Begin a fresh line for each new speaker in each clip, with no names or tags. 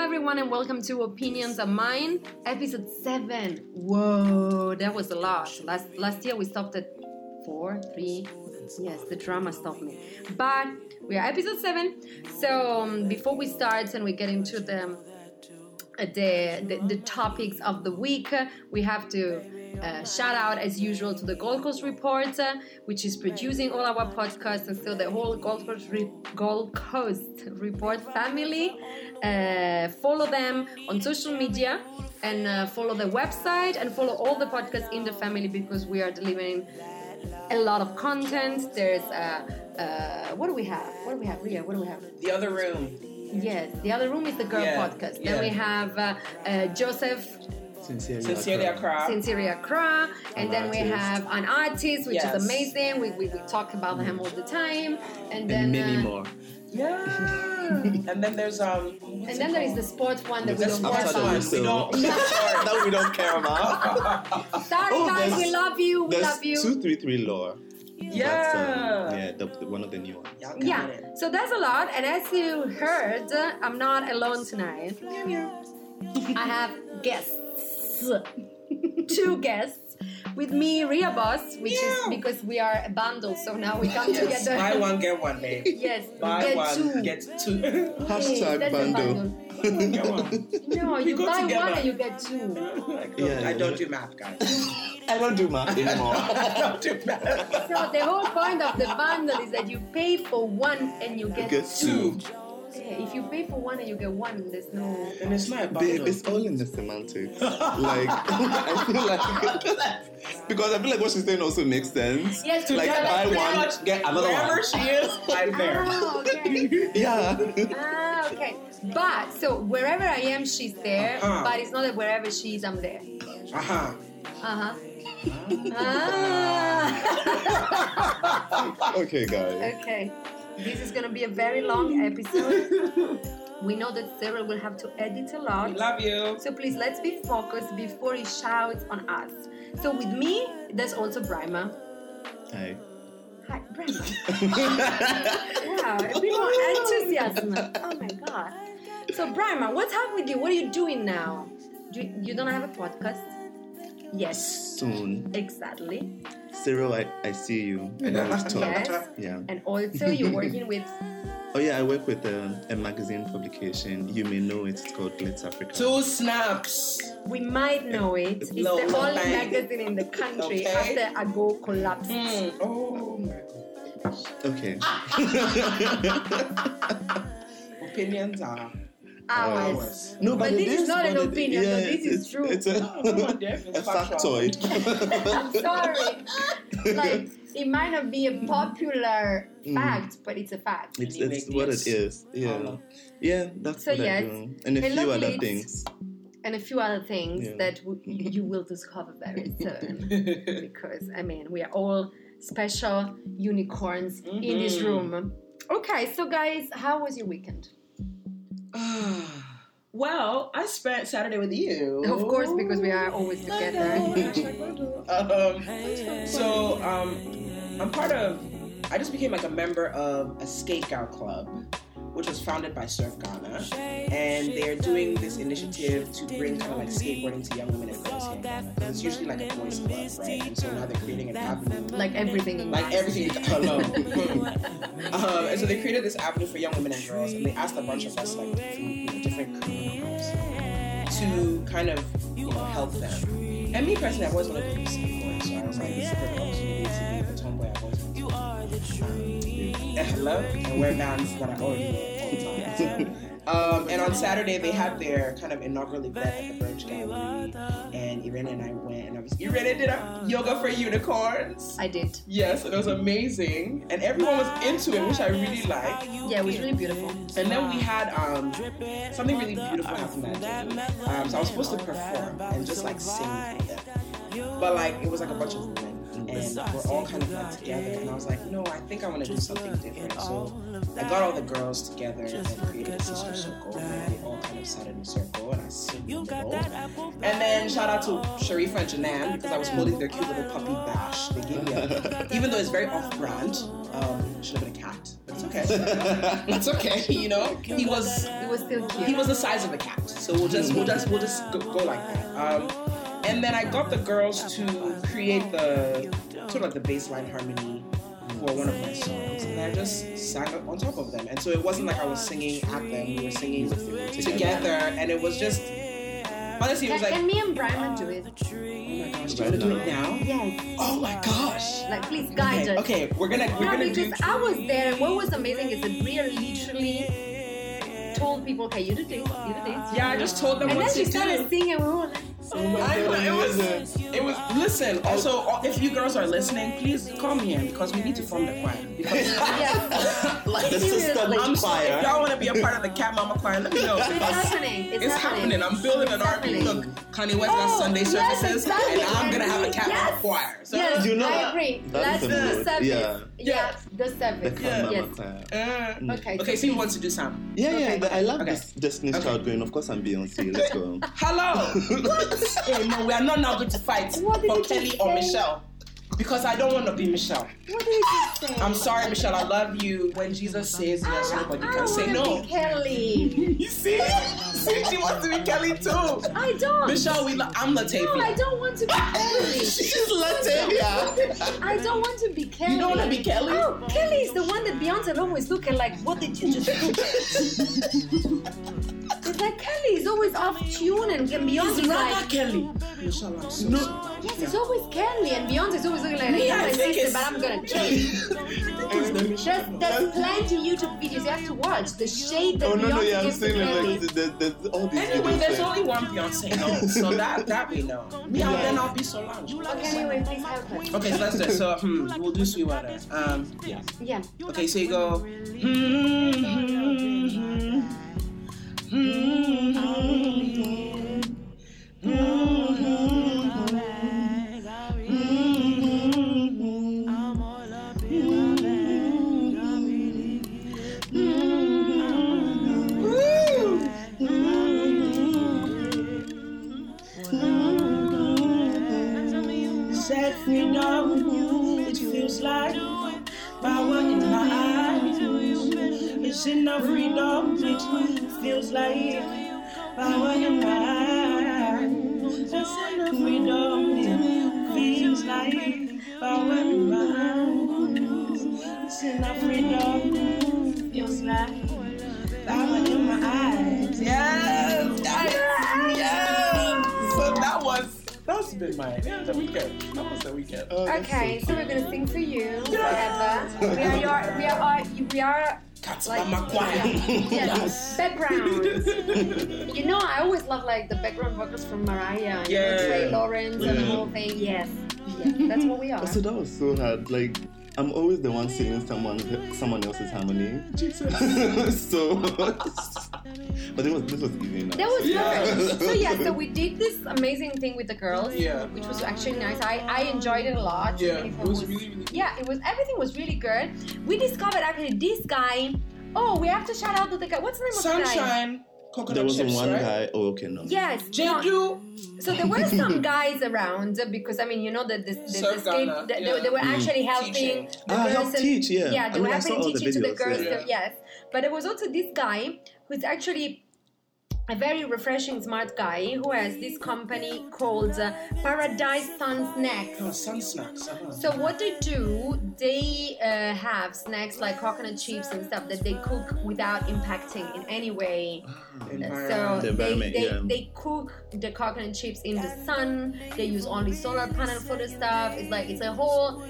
everyone, and welcome to Opinions of Mine, episode seven. Whoa, that was a lot. Last last year we stopped at four, three. Yes, the drama stopped me. But we are episode seven. So um, before we start and we get into the um, uh, the, the, the topics of the week. We have to uh, shout out, as usual, to the Gold Coast Report, uh, which is producing all our podcasts and still the whole Gold Coast, Re- Gold Coast Report family. Uh, follow them on social media and uh, follow the website and follow all the podcasts in the family because we are delivering a lot of content. There's uh, uh, what do we have? What do we have? Ria, what do we have?
The other room.
Yes, the other room is the girl
Yeah,
podcast. Then
yeah.
we have uh, uh, Joseph
Sincerely,
Sincerely, I
Accra.
cry.
Sincerely Accra, and
An
then we
artist.
have an artist, which
Yes.
is amazing. We, we, we talk about him all the time, and then
and many
uh,
more.
Yeah. and then there's um.
And then there is the sports one that we
That's
don't
sports
care
Outside
one.
of
about.
this,
We
though.
don't.
that we don't care about.
Sorry,
Oh,
guys, we
there's-
love you. We
There's
love you.
two, three, three lore. That's, um,
yeah.
yeah, the, the- one of the new ones.
Y'all got
yeah,
it.
so that's a lot. And as you heard, uh, I'm not alone tonight. I have guests, two guests. With me, Ria Boss, which is
Meow.
because we are a bundle, so now we come
Yes.
together.
Buy one get one, babe.
Yes,
Buy
get
one
two.
get two.
Hey,
Hashtag
that's a
bundle.
get one.
No,
We
you
go
buy
together.
one and you get two.
I don't,
Yeah,
I
yeah.
don't do math, guys.
I don't do math anymore.
I don't do math.
So the whole point of the bundle is that you pay for one and you get,
Get
Two.
two.
Yeah, If you pay for one and you get one, there's no.
And it's not a bundle.
Babe, it's all in the semantics. like, I feel like. because I feel like what she's saying also makes sense.
Yes,
like,
together,
buy
pretty
one,
much
get another
Wherever
one.
she is, I'm there.
Ah, okay.
Yeah.
ah, okay. But so wherever I am, she's there.
Uh-huh.
But it's not that wherever she is, I'm there.
Uh huh.
Uh huh. Ah.
okay, guys.
okay. This is gonna be a very long episode. We know that Cyril will have to edit a lot.
Love you.
So please let's be focused before he shouts on us. So with me, there's also Brima.
Hi.
Hi, Brima. wow, a bit more enthusiasm. Oh my god. So Brima, what's up with you? What are you doing now? Do you, you don't have a podcast? Yes,
Soon.
exactly.
Cyril, I, I see you. And I will talk.
Yes.
Yeah.
And also you're working with
Oh yeah, I work with um, a magazine publication. You may know it. It's called Glitz Africa.
Two snaps.
we might know it. It's
No,
the
no,
only
thank you.
magazine in the country
Okay.
after Ago collapsed.
Mm. Oh my god.
okay.
Opinions are.
Ours.
Ours.
no,
But
it
this is not an
but it-
opinion, though. This is
it's-
true.
It's a,
Oh, Dave, it's
a
factual. Oh.
factoid.
sorry. like it might not be a popular
Mm.
fact, but it's a fact.
it's
Anyway,
it's what
yes.
it is. Yeah,
Um,
yeah. That's
So
what
yes,
I do, and a
and
few
luckily
other
it's-
things.
And a few other things
Yeah.
that w- you will discover very soon. because I mean, we are all special unicorns in this
Mhm.
room. Okay, so guys, how was your weekend?
well, I spent Saturday with you.
Of course, because we are
I
always together.
know. um, so um, I'm part of. I just became like a member of a stakeout club, which was founded by Surf Ghana, and they're doing this initiative to bring kind of like skateboarding to young women and girls here in Ghana. 'Cause It's usually like a boys' club, right? And so now they're creating an avenue
Like everything in
like everything is hello. um, and so they created this avenue for young women and girls, and they asked a bunch of us, like from you know, different career groups, to kind of you know help them. And me personally, I've always wanted to be a skateboarder, so I was like, this is a perfect opportunity to be the tomboy I've always wanted. You are the tree. And hello, and wear bands that I already wear all the time. Um, and on Saturday, they had their kind of inaugural event at the Birch Gallery, and Irene and I went, and I was Irene did a yoga for unicorns.
I did.
Yes, and it was amazing, and everyone was into it, which I really liked.
Yeah, it was really beautiful.
And then we had um, something really beautiful happen that day. Um, so I was supposed to perform and just like sing for them, but like it was like a bunch of women, and we're all kind of like together. And I was like, no, I think I want to do something different. So I got all the girls together and created a sister circle, and they all kind of I sat in a circle and I sing. And then shout out to Sharifa and Janan because I was holding their cute little puppy Bash. They gave me a, even though it's very off-brand. Um, should have been a cat, but it's okay. It's okay, you know. He was
It was still cute.
he was the size of a cat. So we'll just we'll just we'll just go, go like that. Um, and then I got the girls to create the sort of like the baseline harmony for one of my songs, and I just sang up on top of them. And so it wasn't like I was singing at them; we were singing together, and it was just honestly, it was
Like,
like,
can me and Brian do it?
oh my gosh, do you want to do it now?
Yes.
Oh my gosh!
Like, please guide
Okay,
us.
okay, we're gonna we're
No,
gonna
because
do.
I was there, and what was amazing is that Bria literally told people, "Okay, you do this, you do this."
Yeah, I just told them
And
what
then she
to do.
started singing, and we were like,
I know, it was. It was. Listen. Also, uh, if you girls are listening, please come here because we need to form the choir. Because
"Yes,
like the
Seriously.
sisterly
I'm
I'm sorry, if
choir.
y'all want to be a part of the Cat Mama choir, let me know.
it's
because
happening, it's,
It's happening. I'm building an
It's
RP.
happening.
Look, Kanye West got
Oh,
Sunday
yes,
services,
exactly.
and I'm gonna have a Cat Mama
Yes.
choir. So,
Yes,
You know
I
that-
agree.
that's
Let's
a
do
mood,
service.
yeah.
yeah, the
The
service.
Kamama
yes.
choir.
uh,
Okay.
okay, so you want to do some?
Yeah, yeah,
Okay.
but I love
Okay.
this Destiny's
Okay.
Child going. Of course, I'm Beyonce. Let's go.
Hello. hey, no, we are not now going to fight
What did
for
you just
Kelly or
say?
Michelle because I don't want to be Michelle.
What did you say?
I'm sorry, Michelle. I love you. When Jesus says yes, nobody
I
can
don't
say
wanna
no.
be Kelly.
You see? see, she wants to be Kelly too.
I don't.
Michelle, we Ah! lo- I'm
no, I
Latavia.
don't want to be Kelly.
She's Latavia.
I don't want to be Kelly.
You don't wanna be Kelly?
Oh, Kelly is the one that Beyonce always look at like, what did you just do? it's like Kelly is always off tune and can Beyonce is like,
Kelly. Michelle, I'm so sorry.
yes, it's always Kelly and Beyonce is always looking like,
Me,
yeah,
I
my
think
sister,
it's-
but I'm gonna change. There's, there's plenty YouTube videos you have to watch. The shade that
Oh no, no,
Beyonce
yeah, I'm
gives to
saying
Kelly.
like there's, there's, there's all these.
Anyway,
videos
there's
there.
only one Beyonce, no, so that that we know. Me, I'll then I'll be Solange.
Okay, anyway, please help us.
Okay, so let's do it. So hmm, we'll do Sweetwater. Um, yeah.
Yeah.
Okay, so you go. Hmm, "Mm-hmm, mm-hmm, mm-hmm, mm-hmm, hmm. mm-hmm, hmm, mm-hmm, woo, mm-hmm, mm-hmm." Set me up, it feels like power in my eyes. It's enough freedom, it feels like power in my eyes. It's enough freedom, it feels like power in my eyes. It's enough freedom, feels like power in my eyes. Yes, yes, yes. So that was. That's been mine. Yeah, the weekend. That was the weekend.
Oh, that's
Okay, so we're
cute.
gonna sing for you forever. We are your, we are, our, we are
Cat
like
Mama Choir.
yeah, yes, backgrounds. You know, I always love like the background vocals from Mariah and
Yeah.
Trey Lawrence and the
Yeah.
whole thing. Yes, yeah, that's what we are.
Also, that was so hard. Like, I'm always the one singing someone someone else's harmony. so, but it was this was easy enough.
That was
Yeah.
perfect. So yeah, so we did this amazing thing with the girls,
Yeah.
which was actually nice. I, I enjoyed it a lot.
Yeah, it
Everything
was really, really good.
yeah, it was everything was really good. We discovered actually this guy. Oh, we have to shout out to the guy. What's the name of the guy?
Sunshine, coconut
there was
chips,
one
right?
guy. Oh, okay, no.
Yes. no,
Jeju,
So there were some guys around uh, because I mean you know that this, this,
Surf
this game
Ghana,
that
yeah.
they, they were actually helping
Teaching.
the
Ah,
girls
help
and-
teach, yeah.
yeah they
I
were
mean, I
helping
saw all the
teaching to the
videos,
girls
yeah.
so- yes but there was also this guy who's actually a very refreshing smart guy who has this company called uh, Paradise Sun Snacks.
oh, sun snacks. Uh-huh.
So what they do, they uh, have snacks like coconut chips and stuff that they cook without impacting in any way so
Environment.
they,
environment,
they,
yeah.
they cook the coconut chips in the sun they use only solar panel for the stuff it's like it's a whole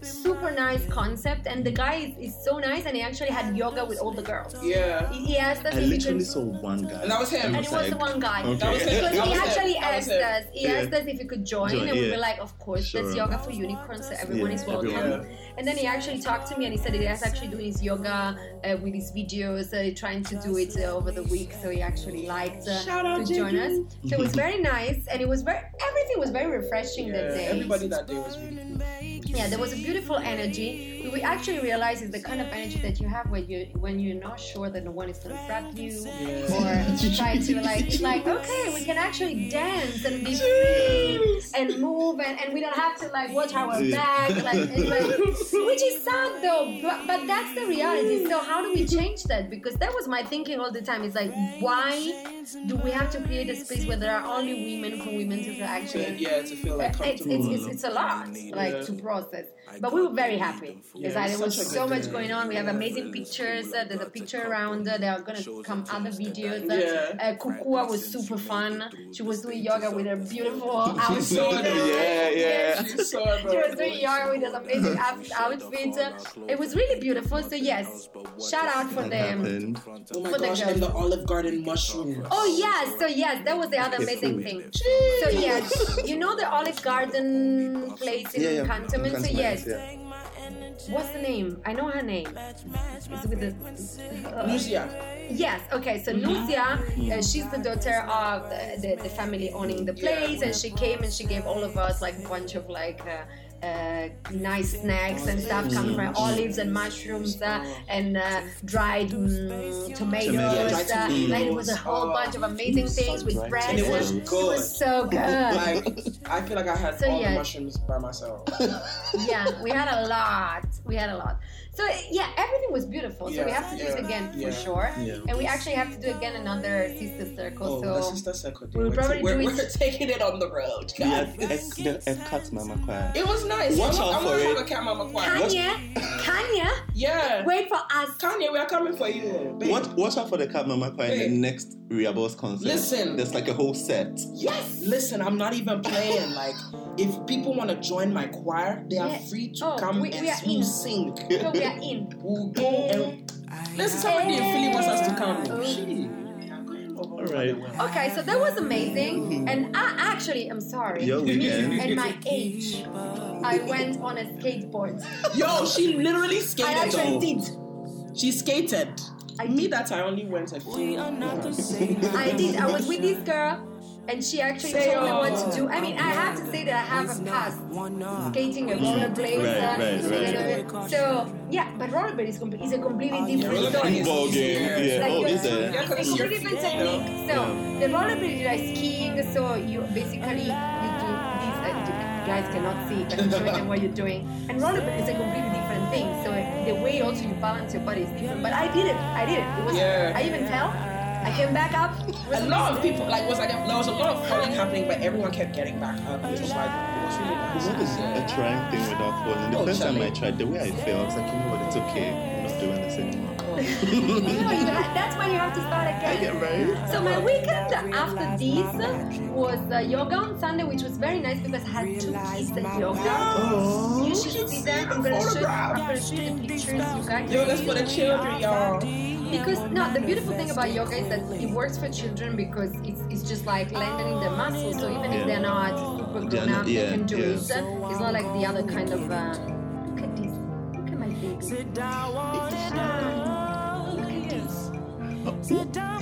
super nice concept and the guy is, is so nice and he actually had yoga with all the girls
yeah,
he, he asked us
I
if we
literally
could
saw one guy.
And that was him.
and it was the
like,
one guy
Okay.
That was him. That
because he
was him.
actually
That
asked
was him.
us he
Yeah.
asked us if we could join
Join,
and we
yeah.
were like of course that's
Sure.
yoga for unicorns so everyone
Yeah,
is welcome
everyone.
and then he actually talked to me and he said he is actually doing his yoga uh, with his videos uh, trying to do it uh, over the week so he actually liked uh,
Shout out,
to join us
JJ.
so it was very nice and it was very everything was very refreshing
yeah.
that day
Everybody that day was really cool.
yeah there was a beautiful energy we we actually realize is the kind of energy that you have when you when you're not sure that no one is gonna grab you or try to like like okay we can actually dance and be free and move and, and we don't have to like watch our back like, and, like which is sad though but, but that's the reality so how do we change that because that was my thinking all the time it's like why do we have to create a space where there are only women for women to actually
yeah, to feel like
it's,
comfortable.
it's, it's, it's a lot like to process but we were very happy because
Yeah,
uh,
it's
there was
such a
so
good
much
day.
going on we have amazing pictures uh, there's a picture around uh, there are going to come other videos uh,
Yeah.
uh, Kukua was super fun she was doing yoga with her beautiful outfit
So
uh,
good.
Yeah, yeah.
She's so adorable.
she was doing yoga with this amazing out- outfit uh, it was really beautiful so yes shout out for
That
them
happened.
Oh my
for the
gosh,
girls.
and the Olive Garden mushroom.
oh yes so yes that was the other amazing thing so yes you know the Olive Garden place in
Yeah, yeah.
Cantonment so
Cantonment,
yes
yeah.
What's the name? I know her name. It's with the. uh,
Lucia.
yes. Okay. So Lucia, uh, she's the daughter of the, the, the family owning the place, and she came and she gave all of us like a bunch of like. Uh, uh, nice snacks and stuff coming from olives and mushrooms uh, and uh, dried mm, tomatoes.
Tomatoes.
Dried
uh, like it was a
tomatoes.
whole
Oh.
bunch of amazing things with
dried
bread.
And it was
It
good.
was so good.
Like, I feel like I had
So,
all
yeah.
the mushrooms by myself.
yeah, we had a lot. We had a lot. So yeah, everything was beautiful. So we
Yeah,
have to do it
yeah,
again
yeah.
for sure.
Yeah.
And we actually have to do again another sister circle.
Oh, that's
so
just that's so good.
we'll
We're,
probably
we're,
do
we're
it-
taking it on the road.
The
guys.
F- F- the F-Cut Mama Choir.
It was nice.
Watch
I'm,
out
I'm
for
gonna
it.
have a cat mama choir. What-
Kanya, Kanya,
Yeah.
wait for us.
Kanye, we are coming for you. babe.
Watch, watch out for the Cat Mama Choir in the
Wait.
next Rehables concert.
Listen.
There's like a whole set.
Yes. Listen, I'm not even playing. Like, if people want to join my choir, they are
Yeah.
free to
Oh,
come
we-
and
we are
we'll
in.
sing.
So we are in.
We'll go and listen. Somebody in Philly wants us to come. All
right.
Okay, so that was amazing. And I actually, I'm sorry.
Your weekend.
And my age, I went on a skateboard.
Yo, she literally
I
skated.
actually
though.
did.
She skated.
I
Me
did.
that I only went a few.
I did. I was with this girl, and she actually told me what to do. I mean, I have to say that I have a past skating and rollerblades.
Right,
uh,
right,
and- So yeah, but rollerblade is, compl- is a
Ah,
completely different
rollerblade
story.
is
Ball game.
Yeah.
Yeah.
Like
Oh,
the-
this there.
Yeah, 'cause
it's a
your
completely different
feet, you know.
technique. So the rollerblade is like skiing. So you basically need to these uh, you guys cannot see, but I'm showing them what you're doing. And rollerblade is a completely different thing. So the way also you balance your body is different. But I did it. I did it. It was.
Yeah.
I even fell. I came back up. It was
A lot of people like was like there was a lot of falling happening, but everyone kept getting back up. It was like it was really nice.
What is a trying thing without falling? The
Oh,
first time
Charlie.
I tried, the way I felt, I was like, you know what, it's okay. I'm not doing this anymore.
No, you ha- that's when you have to start
I
again.
get right.
So my weekend after this was uh, yoga on Sunday, which was very nice because I had two kids at yoga.
Oh,
You should see them. I'm gonna show. I'm gonna show you the pictures. You guys.
Yo, that's for the children, y'all.
Because no, the beautiful thing about yoga is that it works for children because it's, it's just like lengthening the muscles. So even if
Yeah.
they're not super
They're
grown up,
not-
they
yeah,
can do
yeah.
it. It's not like the other kind of. Uh, look at this. Look at my baby. Sit down. Look at this.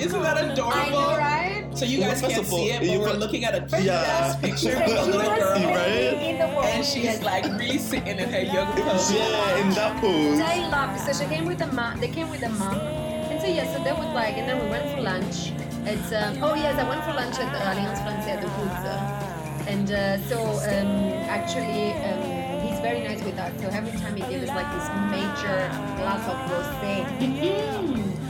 Isn't that
I
adorable?
know, right?
So you
Well,
guys
first
can't
of all,
see it, but
you
we're
got-
looking at a cute
Yeah.
ass picture of a
The
little
cutest
girl,
Right?
baby in the world.
and she's like really sitting in her yoga pose.
Yeah, in that pose.
I love it. So she came with the mom. They came with the mom. And so yeah, so that was like, and then we went for lunch. It's um, oh yes, I went for lunch at the Alliance Française de Bourse. And uh, so um, actually, um, he's very nice with us. So every time he gives us like this major glass of rosé,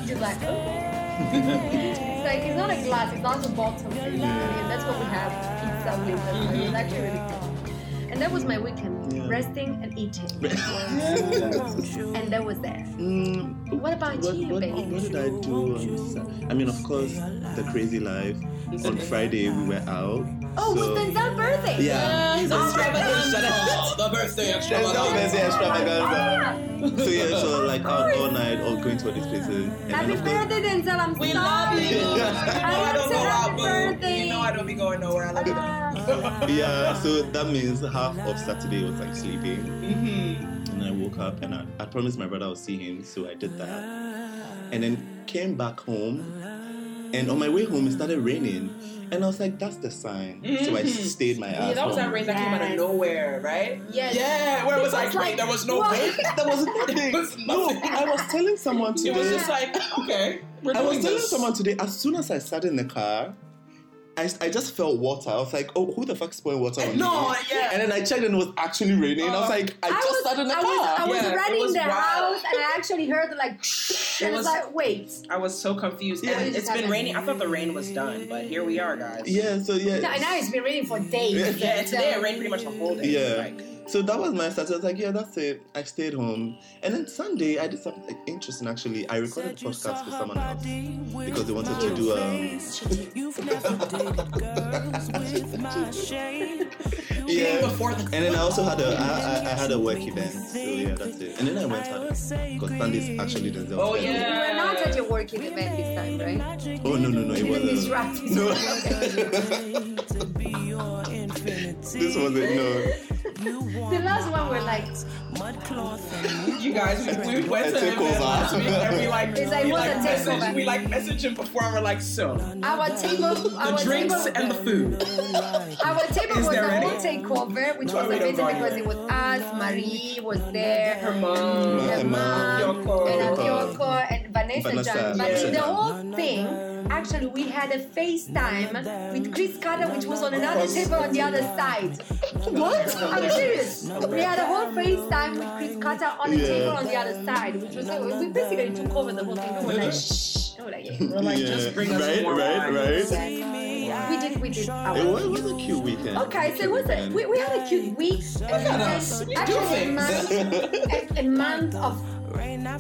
he's like. "Oh." It's like it's not a glass, it's not a bottle. It's actually- and that's what we have pizza with. And It was actually really good. And that was my weekend,
Yeah.
resting and eating and that was there.
Mm,
What about
what,
you,
what,
babe?
what did I do on Sa- I mean, of course, the crazy life. On Friday, we were out.
Oh,
so,
it was Denzel's birthday.
Yeah.
He's
Oh my
extravagant. The birthday
Denzel
extravagant.
Messi extravaganza.
Yeah.
So yeah, so like out all night, or going to all these places. And
Happy
then of course,
birthday, Denzel. I'm
We
sorry.
love you. You know I
want
don't
to
go
have
out,
a
boo.
birthday.
You know I don't be going nowhere. I love you.
Ah.
yeah, so that means half of Saturday was like sleeping.
Mm-hmm.
And I woke up and I, I promised my brother I would see him, so I did that. And then came back home And on my way home, it started raining. And I was like, that's the sign. So I
Mhm.
stayed my ass
Yeah, that was that
home.
rain that came out of
Yes.
nowhere, right?
Yes.
Yeah, where it was like,
like,
wait, there was no
what?
rain.
That was nothing.
There was
no,
nothing.
I was telling someone
It was
today.
just like, okay, we're
I was
doing
telling
this.
someone today. As soon as I sat in the car, I, I just felt water. I was like, oh, who the fuck's pouring water on
No,
me?
yeah.
And then I checked and it was actually raining. I was
Oh.
like, I,
I
just
was,
sat in the
I
car.
was, I was
Yeah, it
running
was
the
wild.
house and I actually heard like, shh, and
It
I was
was-
like, wait.
I was so confused.
Yeah.
And it's
It just
been
happened.
raining. I thought the rain was done, but here we are, guys.
yeah, so yeah.
No, and now it's been raining for days.
Yeah, today it
So-
rained pretty much the whole day.
Yeah.
Like,
So that was my start. I was like, yeah, that's it. I stayed home. And then Sunday, I did something like, interesting actually. I recorded a podcast for someone else because they wanted to do um
yeah.
yeah.
before the
And then I also had a I, I, I had a work event. So yeah, that's it. And then I went out because Sunday's actually Denzel's
Oh,
birthday.
yeah.
You were not at your working event this time, right?
Oh no no no, it
You didn't
wasn't.
disrupt.
No. this wasn't no.
The last one were like,
You guys, we, we went
A
to him
takeover.
last week and we like,
It's like,
we,
what's
like
a
messaged,
takeover?
we like messaged him before and we're like, so the
our table, our
drinks
table,
and the food.
our table
Is
was
there
a whole
any?
takeover, which
No,
was
we don't
amazing
go
because
anywhere.
it was us, Marie was there,
Her mom,
Yeah.
her
and
mom,
Yoko.
and
Yoko.
Yoko, and Vanessa,
Vanessa,
Jung. But
yeah.
the whole thing, actually, we had a FaceTime with Chris Carter, which was on another table on the other side. What? I'm serious. We had a whole FaceTime with Chris Carter on a
Yeah.
table on the other side, which was we basically took over the whole thing. We were like, shh. We were like, yeah.
We're like,
yeah.
just bring us
right,
more
right,
wine.
right.
We did, we did. Our
It was, it was a cute weekend.
Okay, so it
Cute
was a,
weekend.
we, we had a cute week. Look
at us. We do
actually, a
things.
month, a, a month of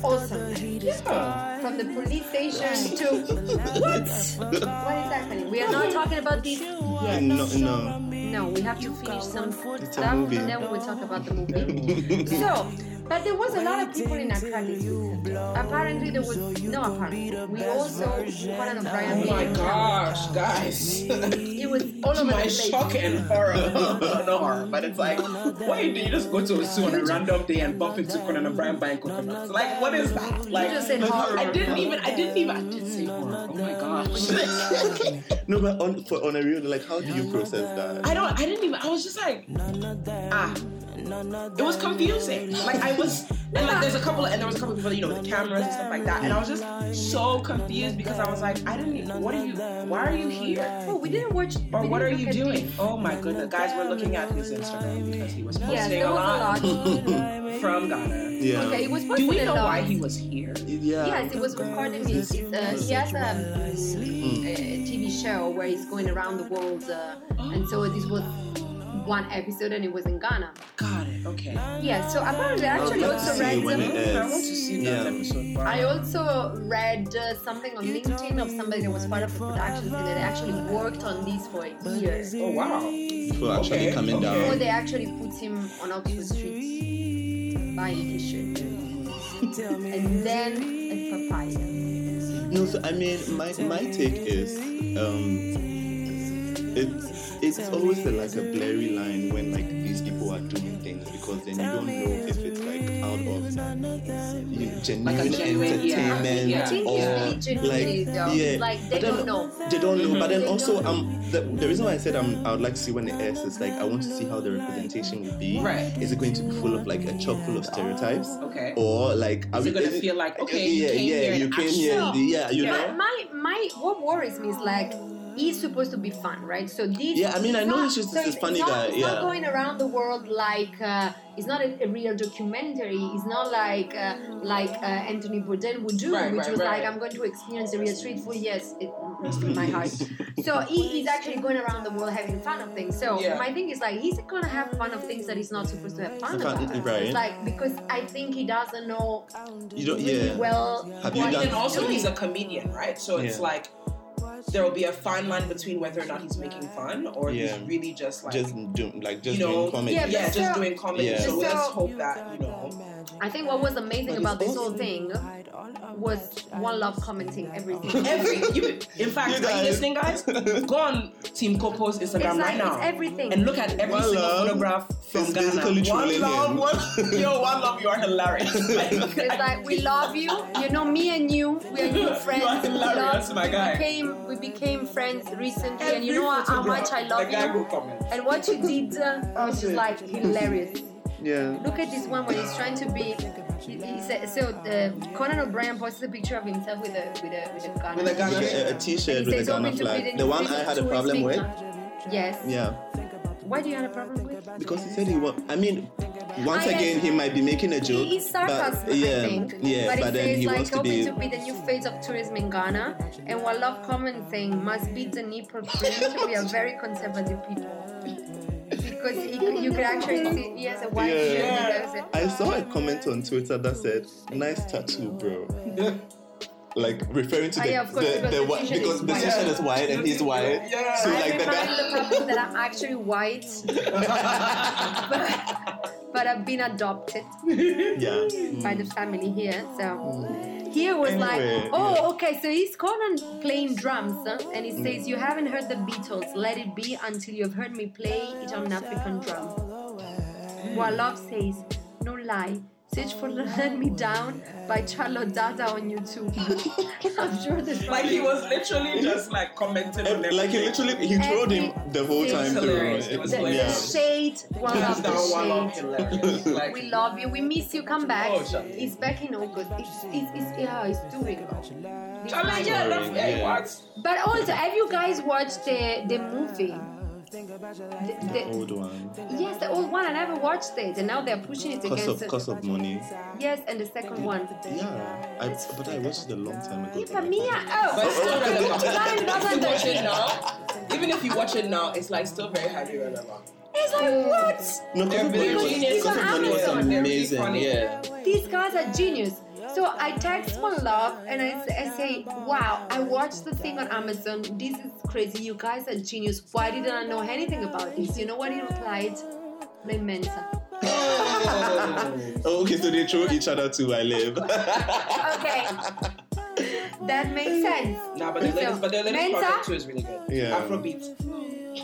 awesome.
Yeah.
From the police station to what? What is happening? We are not talking about this yet.
No, no.
No, we have to finish some food
It's a
stuff, and
movie.
then we will talk about the movie. so, but there was a lot of people in Accra this weekend. Apparently, there was no apparently. We also Conan O'Brien.
Oh my
being-
gosh, guys.
It was all over the
my
place.
shock and horror. no horror, but it's like, why do you just go to a zoo on a random day and bump into Conan O'Brien buying coconuts? Like, what is that? Like,
just said
like,
horror.
I didn't even, I didn't even, I did say horror. Oh my gosh.
No, but on for on a real like how do you process that?
I don't, I didn't even, I was just like, ah. It was confusing. Like, I was, and like, there's a couple, and there was a couple people, you know, with cameras and stuff like that. And I was just so confused because I was like, I didn't, even- what are you, why are you here?
Oh, we didn't watch.
Or
we
what are
didn't
you
look at
doing?
this.
Oh my goodness, guys, we're looking at his Instagram because he was
Yes,
posting
there
a lot
was a lot.
from Ghana.
Yeah.
Okay, it was
Do
posted
we
a
know
lot.
why he was here?
Yeah.
Yes, it was recording his. his, Uh, he has a, mm, a TV show where he's going around the world, uh, and so this was one episode, and it was in Ghana.
Got it. Okay.
Yeah, so apparently,
I'll
actually,
have to
also
see
read.
when it
some-
is.
I want to see that
Yeah.
episode. Wow.
I also read uh, something on LinkedIn of somebody that was part of the production and that actually worked on this for a year
oh wow.
For actually
Okay,
coming
okay.
before
down.
they actually put him on Oxford Street buying t-shirt and then a papaya.
No, so I mean, my my take is, um, it's it's always a, like a blurry line when like these people are doing things because then you don't know if it's like out of you know, genuine
genuine, yeah,
entertainment
yeah.
I think
or
it's religion
like
really, though.
yeah,
Like, they
But then-
don't know.
They don't know. But then
They
also,
don't know.
um, the, the reason why I said um, I would like to see when it airs is like I want to see how the representation will be.
Right.
Is it going to be full of like a chock full of stereotypes?
Okay.
Or like, are
Is it
we-
gonna feel like, okay, you
Oh, yeah,
came
yeah,
here
you
and
came
actually-
here, yeah, you
Yeah.
know.
But my my what worries me is like he's supposed to be fun, right? So this
Yeah, I mean, I know
not-
he's just
so
this
it's
funny
not,
guy,
It's
yeah.
not going around the world like uh, it's not a, a real documentary. It's not like uh, like uh, Anthony Bourdain would do,
Right,
which
right,
was
right.
like I'm going to experience the real street food. Yes, it rest in my heart. so he, he's actually going around the world having fun of things. So
Yeah.
my thing is like he's gonna have fun of things that he's not supposed to have fun
Fun,
about.
right.
It's like because I think he doesn't know
You don't,
really
yeah.
well.
Have you
And
what
done-
he's
then also
doing.
he's a comedian, right? So it's
Yeah.
like there will be a fine line between whether or not he's making fun or
Yeah.
he's really just like
just doing, like, just
you know,
doing comedy.
Yeah,
yeah,
but
just
so-
doing comedy.
Yeah.
So
but
let's
so-
hope that you know.
I think what was amazing
But
about
it's
this whole
awesome.
thing was One Love commenting everything.
Every you, in fact,
You
are
guys.
you listening, guys? Go on Team Kopo's Instagram
Exactly,
right now
it's everything.
and look at every
One
single
Love
photograph from
is
Ghana.
basically
one
trolling
love,
him.
one yo, one love. You are hilarious. Like,
It's like we love you. You know me and you. We are
You
new
are
friends. We
hilarious,
love-
my guy.
We became, we became friends recently, and
every
you know how
photograph,
much I love
the guy Will
you.
comment.
And what you did, uh, which is
Absolutely.
like hilarious.
Yeah.
Look at this one when he's trying to be. He, he said, so uh, Conan O'Brien posted a picture of himself with a with a with a gun.
With a Ghana
Yeah,
shirt.
a, a t-shirt
And
with
he
a
says,
Ghana
"Open to
flag.
bidding-
The one I
bidding
had a
to
problem with.
respect." Yes.
Yeah.
Why do you have a problem with?
Because he said he was. I mean, once
I
again,
guess-
he might be making a joke.
He is sarcasm,
but, yeah,
I think.
yeah. But,
but it
then
says
he
like
wants to
hoping
be.
to be the new face of tourism in Ghana. And what love comment saying must be the Nipro print. we are very conservative people. Because it, you could actually see he has a white
Yeah.
shirt and there's a-
I saw a comment on Twitter that said, "Nice tattoo, bro." like referring to
Ah,
the
yeah, of course, because
the, the
the
whi-
t-shirt
because
is
the
white.
t-shirt is white and he's white.
Yeah.
So
I
like the
remind
guy.
the people that are actually white, but, but I've been adopted
Yeah.
by the family here. So here was
Anyway,
like, oh,
yeah.
okay. So he's Conan playing drums, huh? and he says, "You haven't heard the Beatles. Let it be until you've heard me play it on an African drum." While Love says, "No lie." Search for "Let Me Down" by Charlotte Dada on YouTube. I'm sure this
Like he was literally just like commenting on
And, like he
everything.
literally he trolled him
Every
the whole time
single-
through.
Hilarious. It was
the, the
hilarious.
shade, one
Hands
of
down, one
the
love,
shades.
hilarious. Like,
We love you. We miss you. Come back.
Oh, shut up.
it's back in August. It's, it's, it's yeah, it's doing well. This
I mean,
time.
yeah, that's, yeah, it
Yeah.
works.
But also, have you guys watched the the movie? The- the-
Old one.
yes, the old one. I never watched it, and now they're pushing it
Cost
against.
of
the-
cost of money.
yes, and the second one.
Yeah. I, but I watched it a long time ago.
Yeah, but Mia. Oh,
But it's still relevant.
Sorry,
Even if you watch it now, even
2013.
if you watch it now, it's like still very highly relevant.
It's like what?
No, cost of money
They're
was,
genius.
cost of money was
Amazon.
They're
amazing.
funny.
Yeah.
these guys are genius. So I text one love and I, s- I say, wow, I watched the thing on Amazon. This is crazy. You guys are genius. Why didn't I know anything about this? You know what he replied? My mentor.
Oh, okay, so they throw each other too. I live.
Okay. that makes sense.
Nah, but the latest, but the latest
Mensa?
project too is really good.
Yeah.
Afrobeat.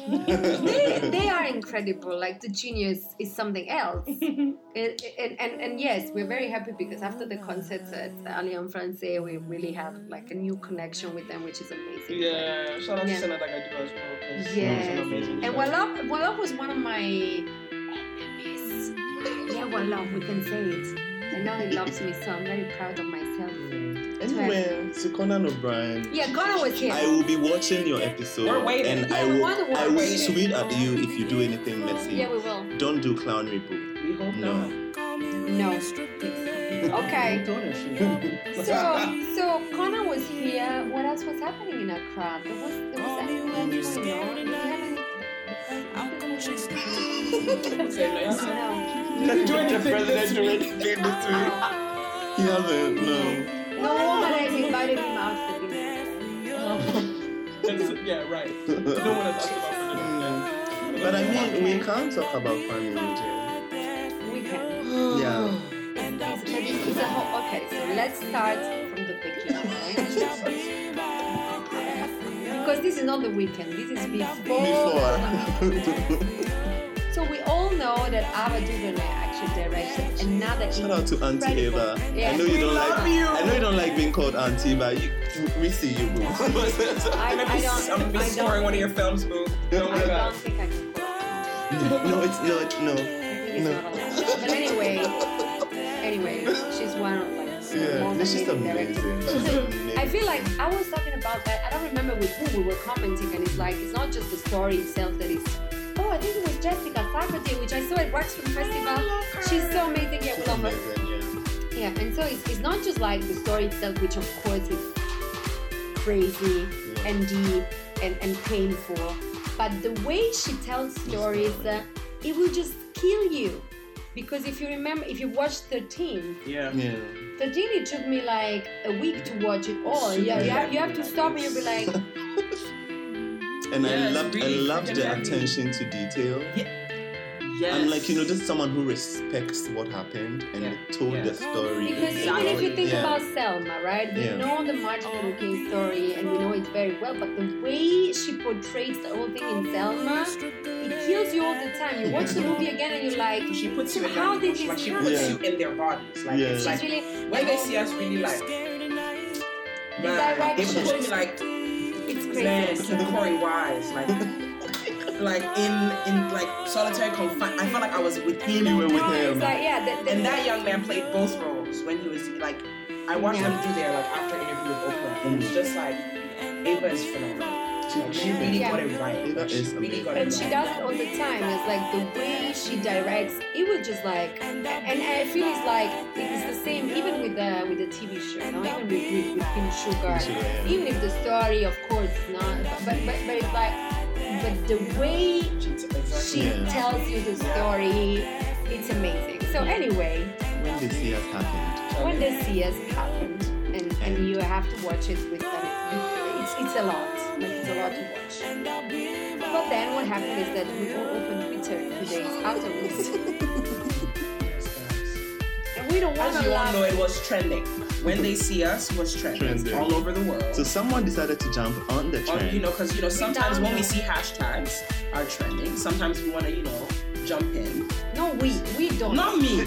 They, they are incredible. Like the genius is something else. and, and, and, and yes, we're very happy because after the concerts at Allianz Francais, we really have like a new connection with them, which is amazing.
Yeah, shout out
Yeah.
to Senna that I do as well. 'cause she's
Yes.
an amazing
And
show.
Wallop, Wallop was one of my enemies. Yeah, Wallop, we can say it. And now he loves me, so I'm very proud of myself.
Anyway, so Conan O'Brien.
Yeah, Ghana was here.
I will be watching your episode,
We're waiting.
and
Yeah,
I
we
will.
wanna
I
watch
will
it.
tweet at you if you do anything messy.
yeah, we will.
Don't do clown ripple.
We hope
No.
not.
No. Okay. So, so Connor was here. What else was happening in Accra? There was, there was anything going on. Did you have any- No.
do anything. The president do anything this week. He hasn't. No.
No woman has invited him out for dinner.
yeah, right. No one has asked about
But I mean, we can't talk about family. Jay.
We can.
Yeah.
It's a whole, okay, so let's start from the beginning, right? because this is not the weekend, this is
Oh.
before.
Before.
So we all know that Ava DuVernay actually directed another.
Shout out to Auntie
incredible-
Eva.
Yeah.
I know you don't
love
like.
you.
I know you don't like being called Auntie, but you, we see you. boo.
I, I don't.
I'm gonna be
I
scoring
don't,
one of your films, boo. Don't
I
worry about
don't
it.
think I can. call her.
no, it's not. No.
I think it's
No.
not allowed. But anyway, anyway, she's one of like the
Yeah,
most
this is
amazing directors.
amazing. She's amazing.
I feel like I was talking about that. I don't remember with who we were commenting, and it's like it's not just the story itself that is. Oh, I think it was Jessica Faculty, which I saw at Waxford Festival. She's so amazing. Yeah, we
She's
love her.
amazing, yeah.
Yeah, and so it's, it's not just like the story itself, which of course is crazy
Yeah.
and deep and, and painful, but the way she tells stories, uh, it will just kill you. Because if you remember, if you watch 13,
Yeah.
Yeah.
the genie took me like a week to watch it all. Yeah, you have, you have to stop and you'll be like,
And
Yeah,
I
it's
loved,
really
I loved
freaking
the
heavy.
attention to detail.
Yes.
I'm like, you know, just someone who respects what happened and
Yeah.
told
Yeah.
the story.
Because
Exactly.
even if you think
Yeah.
about Selma, right? We
Yeah.
know the Martin Luther King story and we know it very well, but the way she portrays the whole thing in Selma, it kills you all the time. You watch the movie again and you're like,
She puts you in
How
their,
did this
like she
happen?
puts
Yeah.
you in their bodies. Like it's
Yeah.
she's
like
really.
when they see us really like man, they
direction.
put me like
It's
man,
crazy.
the Corey Wise, like like in in like solitary confinement. I felt like I was with him.
You were with
No, it's
him.
like, yeah, the, the,
And that young man played both roles when he was like, I watched him do their like after interview with Oprah, and it's just like Ava is phenomenal. Like, she really
Yeah.
got it right.
Ava
Like, she
is
really got it
and she
right.
does it all the time. It's like the way she directs. It was just like, and I feel it's like it's the same even with the with the TV show, no? even with with, with Pink Sugar.
Pink Sugar, yeah.
Even if the story, of course, not, but but but it's like, but the way
She's-
she
exactly.
Yeah.
tells you the story, it's amazing. So anyway,
When they see us happened.
when the CS happened, and and you have to watch it with them, it's it's a lot. Like it's a lot to watch. But then what happened is that we all opened Twitter two days afterwards. And we don't want
As
to
you all know,
laugh.
it was trending. When they see us was trending,
Trending.
all over the world.
So someone decided to jump on the
Or,
train.
Oh, you know, because you know sometimes
don't
when we
know.
see hashtags are trending, sometimes we want to you know jump in.
No, we we don't.
Not me,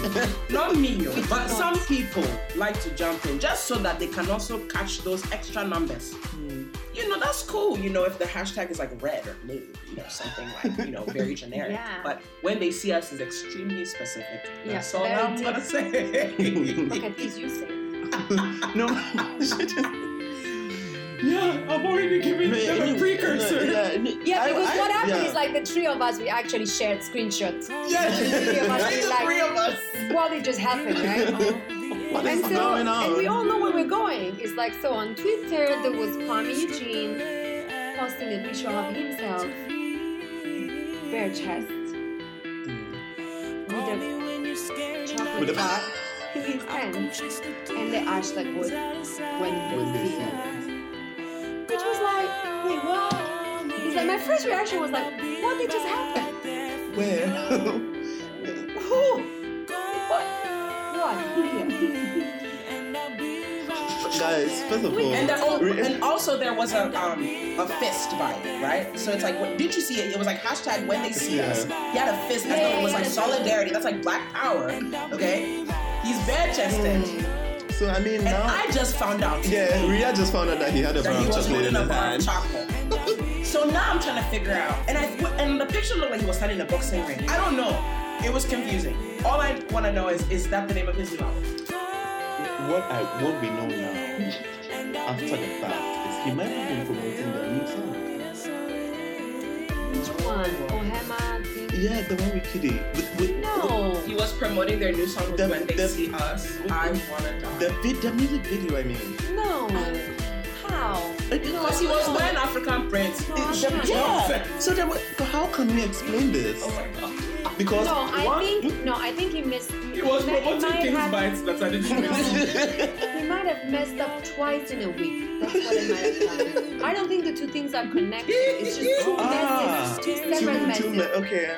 not me, yo, but some people like to jump in just so that they can also catch those extra numbers.
Hmm.
You know, that's cool. You know, if the hashtag is like red or blue, you know, something like you know very generic.
Yeah.
But when they see us, is extremely specific.
Yeah,
That's all
very
I'm gonna
deep.
say.
Look at this, you say.
no.
yeah, I've already given them a precursor.
Yeah, yeah,
Yeah,
I-
because
I-
what happened
yeah.
is like the three of us, we actually shared screenshots.
Yeah.
Only the three of us.
What it just happened, right?
what is
and so,
going on?
And we all know where we're going. It's like so on Twitter there was Kwame Eugene posting a picture of himself, bare chest, with a
With
chocolate
a-
bar in his hand, and the hashtag was when
When
they
they
see
see
us. Which was like, wait, what? It's like my first reaction was like, what did just happen?
Where?
Who? What? What? Here.
Guys, first of all,
And, that, oh,
re-
and also there was a um a fist by it, right? So it's like, what, did you see it? It was like hashtag when they see us. He had a fist. That's
Yeah,
it was like
yeah.
solidarity. That's like black power. Okay, he's bare chested,
so I mean
and
now.
I just found out
Mm, yeah, Ria just found out that he had a
that
brown
he was
chocolate in
holding a
his
brown
hand.
chocolate. so now I'm trying to figure out, and I and the picture looked like he was standing in a boxing ring. I don't know. It was confusing. All I want to know is, is that the name of his new album?
What I what we know now, after the fact, is he might have been promoting their new song.
Which one? Ohema?
Yeah, the one with Kitty. With, with,
No.
He was promoting their new song
The-
when they
the-
see us. I wanna die.
The, vid- the music video, I mean.
No. How?
Because he was wearing African prints.
No,
Yeah. So there were, so how can we explain this?
Oh my god.
Because
No, I
one-
think no, I think he missed. He
He was
might- he
promoting
might
King's
have-
bites that I didn't know.
He might have messed up twice in a week. That's what it might have done. I don't think the two things are connected. It's just two
Ah,
messages, two separate
two, two, me-
messages,
okay,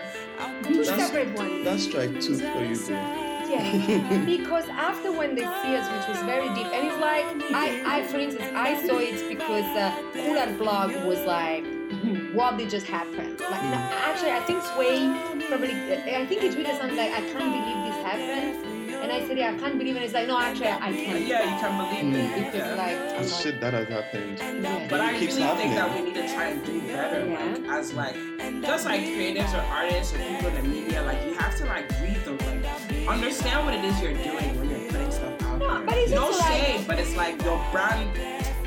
two
that's-
separate ones.
that's strike two for you, bro.
Yeah, because after when they see us, which was very deep, and it's like I, I for instance, I saw it because uh, Kulan blog was like, hmm, what did just happen? Like, no, actually, I think Sway probably, uh, I think he tweeted something like, I can't believe this happened, and I said, yeah, I can't believe it. It's like, no, actually, I can't.
Yeah, you can believe me.
Because
Yeah.
like, I'm
And
not-
shit that has happened.
yeah.
But I really
keeps
think that we
happening.
need to try and do better, like as like just like creatives or artists or people in the media, like you have to like read the like understand what it is you're doing when you're putting stuff out
No,
there.
but it's
no
also like-
shade, but it's like your brand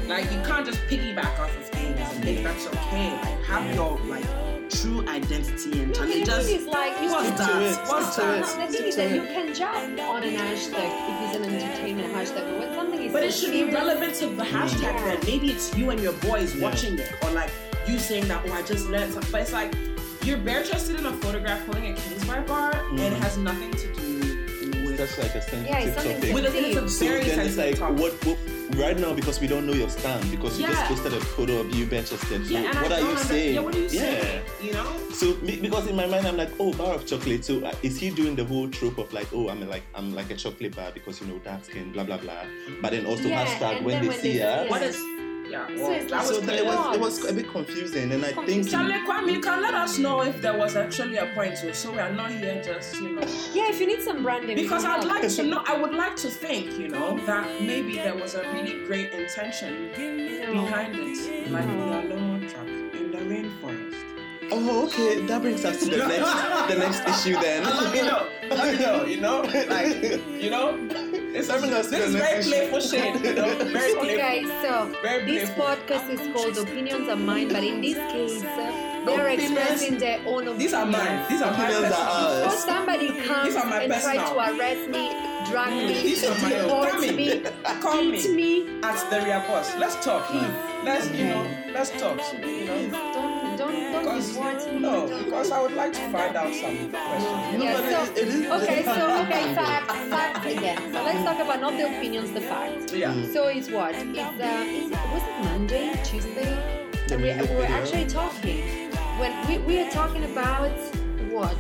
like you can't just piggyback off of things and think that's okay. Like have your like true identity and
No,
and
the
just
thing is like, you
What's
can-
to it,
that?
stick
What's
to
that?
it.
No, Um, the thing is
Stick
that
to
you
it.
can jump on an hashtag if it's an entertainment hashtag, but when something is
But
so
it should be
serious-
relevant to the hashtag
Yeah.
that maybe it's you and your boys watching it, or like you saying that, oh, I just learned something. But it's like you're bare chested in a photograph holding a Kingsbar bar, and it
Mm-hmm.
has nothing to do with.
That's like a sensitive
Yeah, it's something
topic.
with a, it's
deep.
a
So
very
then it's
sensitive
like,
topic.
what, what? Right now, because we don't know your stand, because you
Yeah.
just posted a photo of you bare chested. So
Yeah, and
what
I don't
are you
under-
saying?
Yeah, what are you
Yeah.
saying? You know?
So so me- because in my mind I'm like, oh, bar of chocolate. So uh, is he doing the whole trope of like, oh, I'm like, I'm like a chocolate bar because you know dark skin, blah blah blah. But then also
Yeah,
hashtag
and
when
then
they
when
see
they-
her.
yeah.
What is? Yeah, well,
So it's
that
like-
was
So
clear.
that, it was it was a bit confusing, and I think
Charlie Kwame, you can let us know if there was actually a point, oh, so we are not here just you know.
Yeah, if you need some branding. we
Because
can
I'd
help.
like to know, I would like to think, you know, that maybe there was a really great intention behind it, like we are no truck in the rainforest.
oh, okay, that brings us to the next the next issue then.
Let me know, let me know, you know, like you know, it's
Let me know if
this is
the
very
next issue.
playful shit, you know, very playful.
Okay, so
Very
this
playful.
podcast is called Opinions Are Mine, but in this case, uh, they are
Opinions-
expressing their own opinions.
These are mine. These are my
Opinions are
personal-
So
ours.
somebody comes
These are my
and tries
personal. Mm,
to arrest me, drag me,
These are my
deport
Call me.
me,
Call
beat
me.
me.
At the rear boss. Let's talk. man. Let's you know. Let's talk. You know.
Don't, don't, don't
Because
deport me.
no,
Don't-
because I would like to find out some questions.
Yeah,
but
so-
it is-
Okay, so okay, facts, facts again. So let's talk about not the opinions, the facts.
Yeah.
So it's what? It's uh, it's, was it Monday, Tuesday?
The
we,
music
we were
video.
actually talking. When we, we are talking about what?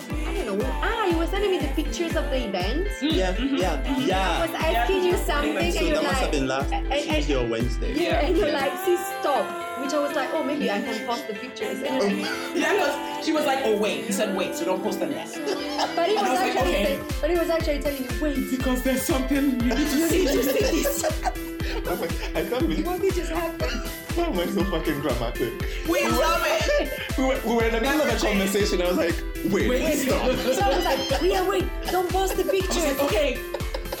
I don't know. Ah, you were sending me the pictures of the event.
yeah, yeah,
I
yeah.
was asking you something,
So
and you're
that must have
like,
been last
and- and-
Tuesday or Wednesday.
yeah,
Yeah.
and you're like, see, stop. Which I was like, oh, maybe I can post the pictures. And you're like,
Yeah, because she was like, oh wait, you said wait, so don't post them yet.
but it was
I was like,
actually,
okay.
but it was actually telling you, wait,
Because there's something you need to see.
I'm like, I can't believe
what did just happen?
why am I so fucking dramatic?
We love it.
We were, we were in the middle of a conversation. I was like, wait,
Wait,
stop.
So I was like, yeah, wait, don't post the pictures.
okay.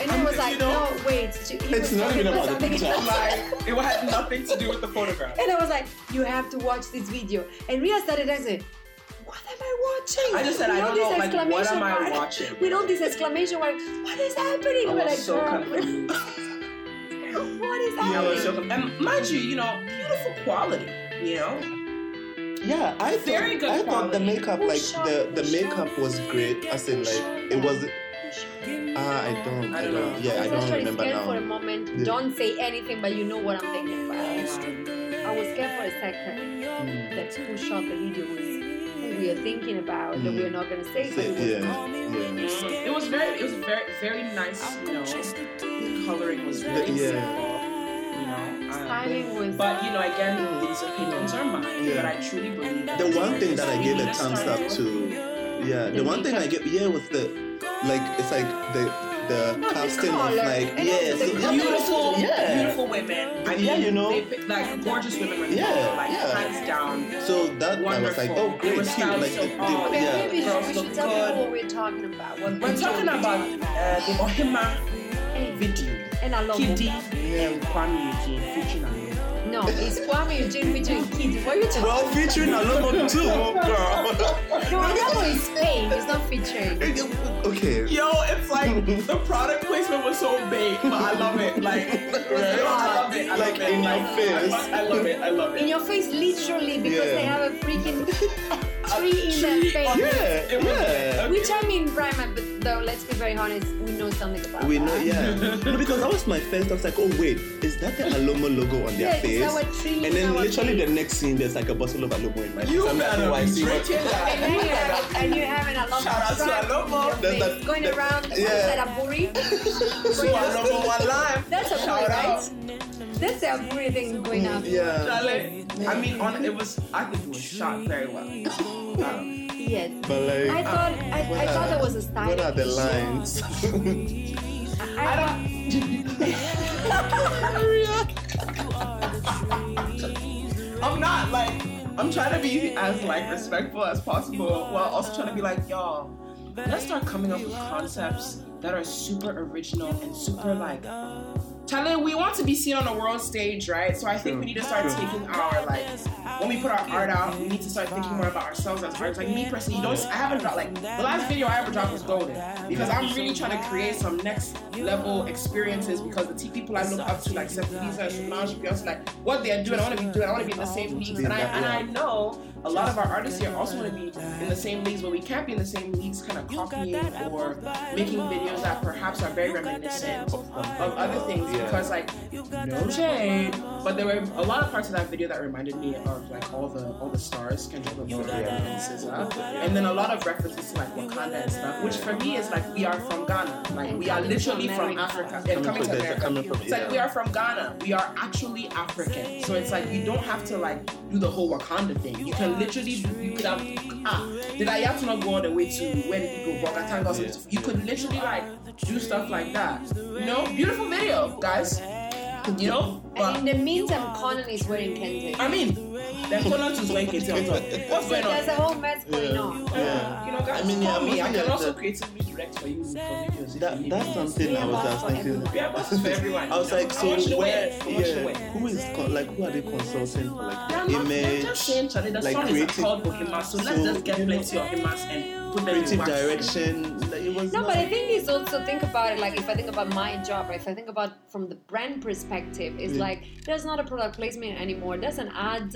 And he was
You
like,
know,
no, wait. He was
it's not
talking
even about the
something
picture.
else.
Like it had nothing to do with the photograph.
And I was like, you have to watch this video. And Ria started and said, what am I watching?
I just said,
With
I
all
don't know,
this
like, what
exclamation
am I
mark-
watching?
With all this exclamation mark, what is happening?
I
We're like,
was so
"Girl,
confused.
what is
I
happening?
was so confused. And mind you, you know, beautiful quality. You know,
Yeah, I thought,
Very good
I thought the
quality.
makeup, like the, the makeup was great. I said like it was.
Uh,
Ah, I don't, I
I don't
don't.
know.
Yeah, I
was
don't
actually
remember
scared for a
now.
moment.
Yeah.
Don't say anything, but you know what I'm thinking about.
Mm-hmm.
I was scared for a second
Hmm.
that who shot the video was who we are thinking about, that
Mm.
we are not going to say, but
Say-
it was
Yeah, yeah.
it was very, it was very, very nice. You know, the coloring was very
Yeah.
simple. You know, um,
timing was.
But you know, again, these opinions are mine.
Yeah.
But I truly believe that
The
it's
one
very
thing that I
nice.
gave
We
a
need
thumbs
start
up to, yeah, the
The
one thing I gave, yeah, was the, like it's like the the
the
casting of
colour.
like
And
yeah,
also the
so-
colour.
Beautiful,
yeah.
beautiful women. I mean,
Yeah, you know.
they pick- like gorgeous women. Right
Yeah,
now, like
yeah.
hands down.
So that I was like,
Wonderful. Oh,
oh
They
great,
were
cute.
styled
Like
so
the,
odd.
the,
But
yeah.
maybe we should,
Girls
we
look
should tell
good.
people what we're talking about. What
We're talking about uh, the Ohima
and,
video.
and I love
Kiddy
them.
and Kwame Eugene featuring Alomo.
No, it's Kwame Eugene featuring Kid. What are you talking about?
Well, featuring Alomo too,
No,
girl.
Alomo is paying. It's not featuring.
okay.
Yo, it's like the product placement was so big, but I love it. Like, I love it. I love
Like
it.
in
like,
your face.
I, love it. I love
In
it.
your face, literally, because
Yeah.
they have a freaking tree in their face.
Yeah,
It was-
yeah.
Which I mean, Brian, but though, let's be very honest, we know something about
We
that.
know, yeah. No, because that was my first. I was like, oh wait, is that the Alomo logo on
Yeah,
their
it's
face?
our tree,
and then
our
literally
tree.
the next scene, there's like a bottle of Alomo in my face.
You
I'm like,
better
oh, I
be
see what-
drinking
And then you
that.
have, and you have an Alomo
Shout out to
truck in
Alomo.
your
That's
face,
the-
going
the-
around
yeah.
outside Aburi.
To Alomo one life.
That's a boy,
Shout out.
right? That's the Aburi thing going up.
Yeah.
Charlie, I mean, on, it was. I think it was shot very well. Um,
Yes.
But like,
I thought I, I
what
thought
are-
that was a style.
What are the lines?
I don't
I'm not like. I'm trying to be as like respectful as possible, while also trying to be like, y'all. Let's start coming up with concepts that are super original and super like. Charlie, we want to be seen on a world stage, right? So I think we need to start taking our like when we put our art out, we need to start thinking more about ourselves as artists. Like me personally, you don't I haven't dropped like the last video I ever dropped was golden. Because I'm really trying to create some next level experiences because the t- people I look up to, like Seth Lisa, Shumaj, like what they're doing, I wanna be doing, I wanna be in the same leagues. And I and I know a lot of our artists here also want to be in the same leagues, but we can't be in the same leagues, kind of copying or making videos that perhaps are very reminiscent of other things.
Yeah.
Because like, no shade, but there were a lot of parts of that video that reminded me of like all the all the stars, Kendrick Lamar,
Yeah.
and SZA, and then a lot of references to like Wakanda and stuff, which for me is like we are from Ghana, like we are literally from
America.
Africa and coming to
from there,
America.
coming from
It's like we are from Ghana. We are actually African. So it's like you don't have to like do the whole Wakanda thing. You can literally you could have ah did I have to not go all the way to when you go Bogatanga or something? You could literally like do stuff like that. You know, beautiful video, guys. You know,
And in
but
the meantime, Conan is wearing Kendrick.
I mean, they're calling to Zwenke on top. What's
So
going on?
there's a whole mess going
Yeah.
on.
yeah.
You know, guys,
I mean,
call
yeah,
me. I
mostly
can
like
also
that-
creatively direct for you for videos. if you
That,
need
that's
me.
something I was just thinking.
Yeah, but it's for everyone.
I was like,
How much
so
to
where?
wear? How much to
Yeah,
wear?
who is con- like who are they consulting for like
They're
the
not, they're
image?
just saying, Charlie, the
like
song is
creative-
called Bohemas, so let's
so,
just get
you know,
plenty of Bohemas and put them in
creative
wax.
direction. Like, it was
No,
not-
but I think it's also think about it. Like if I think about my job, if I think about from the brand perspective, it's
Yeah.
like there's not a product placement anymore. There's an ad,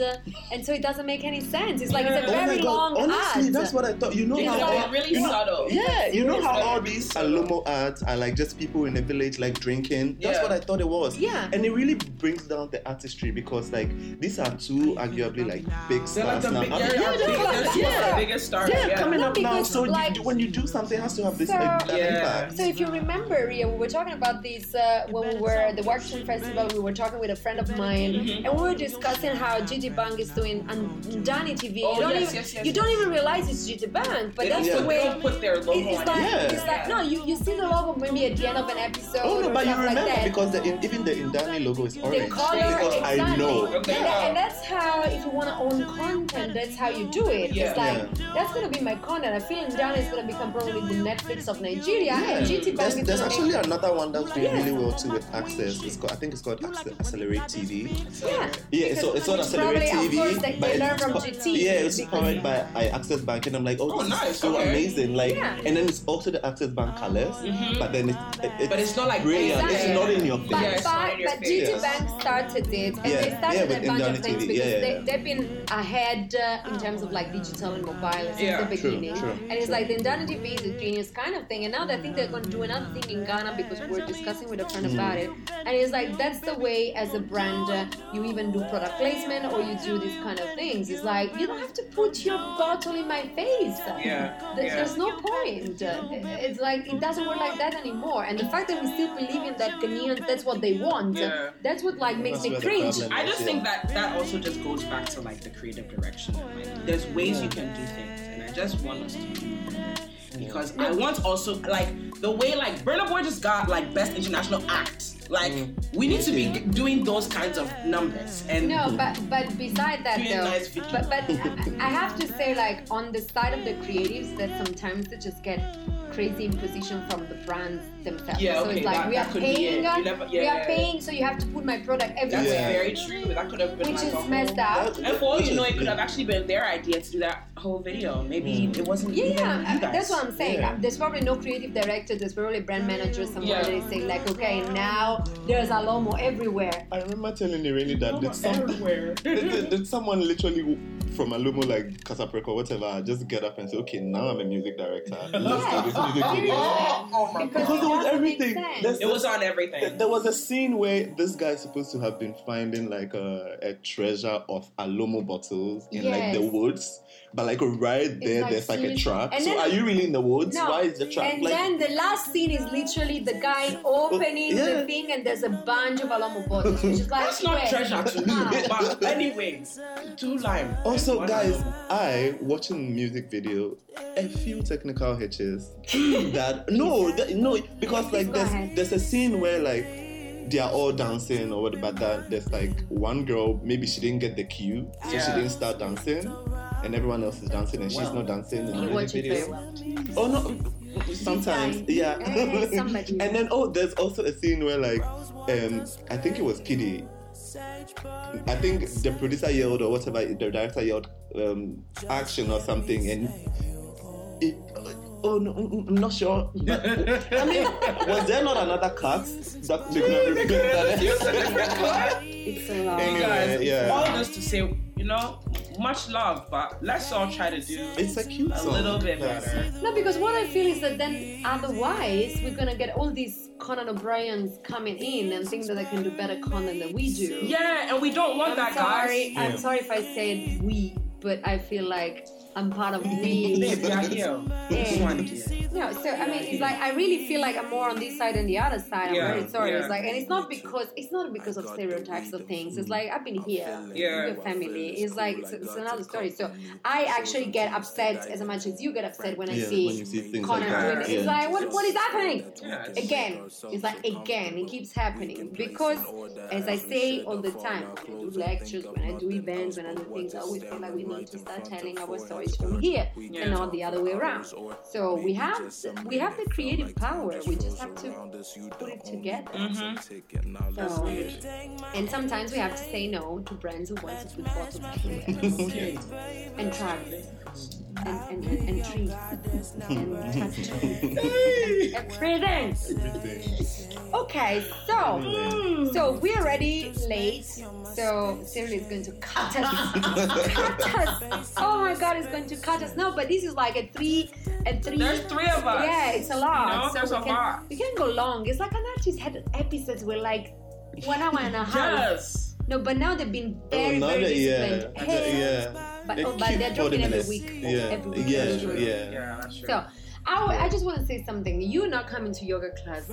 and so it doesn't make any sense. It's like it's a
Oh
very
my god!
long
Honestly,
ad.
that's what I thought. You know
It's
how
like
all-
really
you know-
subtle.
Yeah, you know
It's
how
like
all
really
these
subtle.
Alomo ads are like just people in a village like drinking. That's
Yeah.
what I thought it was.
Yeah.
and it really brings down the artistry because like these are two arguably like big
They're like
stars
the
now.
big,
I
yeah,
mean,
yeah,
yeah,
big,
they're like-
they're
yeah.
the biggest star.
yeah, coming
No,
up now.
because,
So you-
like-
when you do something, it has to have this
So-
like, that
Yeah.
impact.
So if you remember, Ria, we were talking about this uh, when we were at the Workshop Festival. We were talking with a friend of mine,
Mm-hmm.
and we were discussing how Gigi Bang is doing on Danny TV.
Oh,
you don't
yes,
even
yes, yes,
you don't
yes.
even realize it's Gigi Bang, but
They
that's
don't
the
put-
way.
they don't put their logo
It's
on
like
it.
Yeah.
it's like no, you, you see the logo maybe at the end of an episode.
Oh no,
or
but you
stuff like
remember
that.
because the, in, even the Indani logo is orange.
the color
because
exactly.
I know.
And,
Okay.
tha- and that's how if you want to own content, that's how you do it.
Yeah.
It's like that's gonna be my content. I feel Ndana is gonna become probably the Netflix of Nigeria, and GT Bank
There's,
is
there's
gonna
actually
make
another one that's doing
Yeah.
really well too with Access. It's called, I think it's called Acce- Accelerate TV.
yeah.
Yeah, it's, all- it's not Accelerate
probably of course
TV,
that
but
they learn
it's
from
po-
GT
yeah, it's
because-
powered by I Access Bank, and I'm like, oh,
Oh,
this
nice,
is so
okay.
amazing! Like,
Yeah. Oh,
and then it's also the Access Bank colors, but then it's, it's
But it's not like
brilliant.
Exactly.
It's not in your face.
But,
Yeah, it's not
but,
in your
but
face.
GT Bank started it, and
Yeah,
they started
yeah, with
a bunch
Ndani
of things
TV,
because
yeah,
they,
yeah.
they've been ahead uh, in terms of like digital and mobile since
Yeah.
the
True,
beginning.
true,
and it's like the Ndani TV is a genius kind of thing, and now they think they're going to do another thing in Ghana because we we're discussing with a friend
Mm.
about it. And it's like that's the way as a brand uh, you even do product placement or you do these kind of things. It's like you don't have to put your bottle in my face.
Yeah,
There-
yeah.
There's no point. It's like it doesn't work like that anymore. And the fact that we still believe in that Ghanaians, that's what they want.
Yeah.
That's what like makes
That's
me
where the
cringe.
problem
I just
Yeah.
think that that also just goes back to like the creative direction. Like, there's ways you can do things, and I just want us to do more. because I want also like the way like Burna Boy just got like best international act. Like we need to be
Mm. Yeah.
doing those kinds of numbers and
No, but but beside that
Doing
though,
nice video.
but but I- I have to say like on the side of the creatives that sometimes they just get crazy imposition from the brands themselves.
Yeah,
so
okay,
it's like
that-
we
that
are
could be it.
paying,
You never-
we
yeah.
are paying, so you have to put my product
That's
everywhere,
Yeah.
very true. That could have been
which
like a
is
whole-
messed up.
And for all you know, it could have actually been their idea to do that whole video. Maybe
Mm.
it wasn't.
Yeah,
even
yeah,
you
uh,
guys.
that's what I'm saying.
Mm-hmm. Yeah.
There's probably no creative director. There's probably brand manager somewhere
Yeah.
that is saying like, okay, now there's Alomo everywhere.
I remember telling Irene
Oh,
that did, some,
everywhere.
did, did- did someone literally from Alumo like Casapreco or whatever just get up and say, okay, now I'm a music director. Let's do this music video.
oh, oh my
Because
Because
god!
there was
doesn't make
everything.
sense.
There's-
It was on
Th-
everything.
There was a scene where this guy is supposed to have been finding like a, a treasure of Alomo bottles in like the
Yes.
woods, but like right there,
like
there's like a
huge-
trap.
and
So
then-
are you really in the woods?
No.
Why is the trap
And
like?
then the last scene is literally the guy opening
yeah.
the thing, and there's a bunch of Alomo bottles, which is like,
That's not
wait.
treasure to me.
Ah.
but anyway, two lime.
also,
One
guys,
lime.
I watching music video, a few technical hitches that no, that, no, because
Please
like
go
there's
ahead.
there's a scene where like. They are all dancing or what but that. There's like one girl, maybe she didn't get the cue, so she
Yeah.
didn't start dancing, and everyone else is dancing, and she's
Wow.
not dancing. in the
You
music
watch it
video.
very well.
Oh no, sometimes yeah.
Eh, somebody.
and then oh, there's also a scene where like, um, I think it was Kiddy. I think the producer yelled or whatever, the director yelled um, action or something, and it, oh no, mm, I'm not sure. But, I mean, was there not another cut that they could have repeated that?
It's a lot.
Anyway,
guys,
yeah.
all this to say, you know, much love, but let's all try to do
It's a cute
a
song.
little bit
but-
better.
No, because what I feel is that then otherwise we're gonna get all these Conan O'Briens coming in and think that they can do better content than we do.
Yeah, and we don't want
I'm
that,
sorry.
guys.
Yeah.
I'm sorry if I said we, but I feel like I'm part of we.
Babe, we are here.
Yeah.
We want you.
No, so I mean, it's like I really feel like I'm more on this side than the other side. I'm
Yeah,
very sorry.
yeah.
It's like, and it's not because it's not because of stereotypes or things. It's like I've been here.
Yeah.
Your family It's like it's, it's another story. So I actually get upset as much as you get upset when I
Yeah,
see
when you see things
Conan
like
doing
that.
it.
yeah.
It's like what, what is happening?
Yeah, it's-
again it's like again it keeps happening because as i say all the time when i do lectures when i do events when i do things i always feel like we need to start telling our stories from here and not the other way around so we have we have the creative power we just have to put it together so, and sometimes we have to say no to brands who want to put bottles here and travel and, and, and, and trees and pastures and everything Okay, so so we're already late. So Cyril is going to cut us. cut us. Oh my god, it's going to cut us. No, but this is like a three a three
There's three of us.
Yeah, it's a
You
lot.
know,
So
there's
we
a
can,
lot.
We can go long. It's like an artist had episodes were like one hour and a half.
Yes.
No, but now they've been
Oh,
very,
now
very
that, yeah,
disciplined. Hey,
yeah.
But,
They
oh, but
keep
they're dropping every
ordinance.
week.
Yeah,
Every week.
yeah,
Every week.
yeah.
Yeah, that's true.
So, I, I just want to say something. You're not coming to yoga class,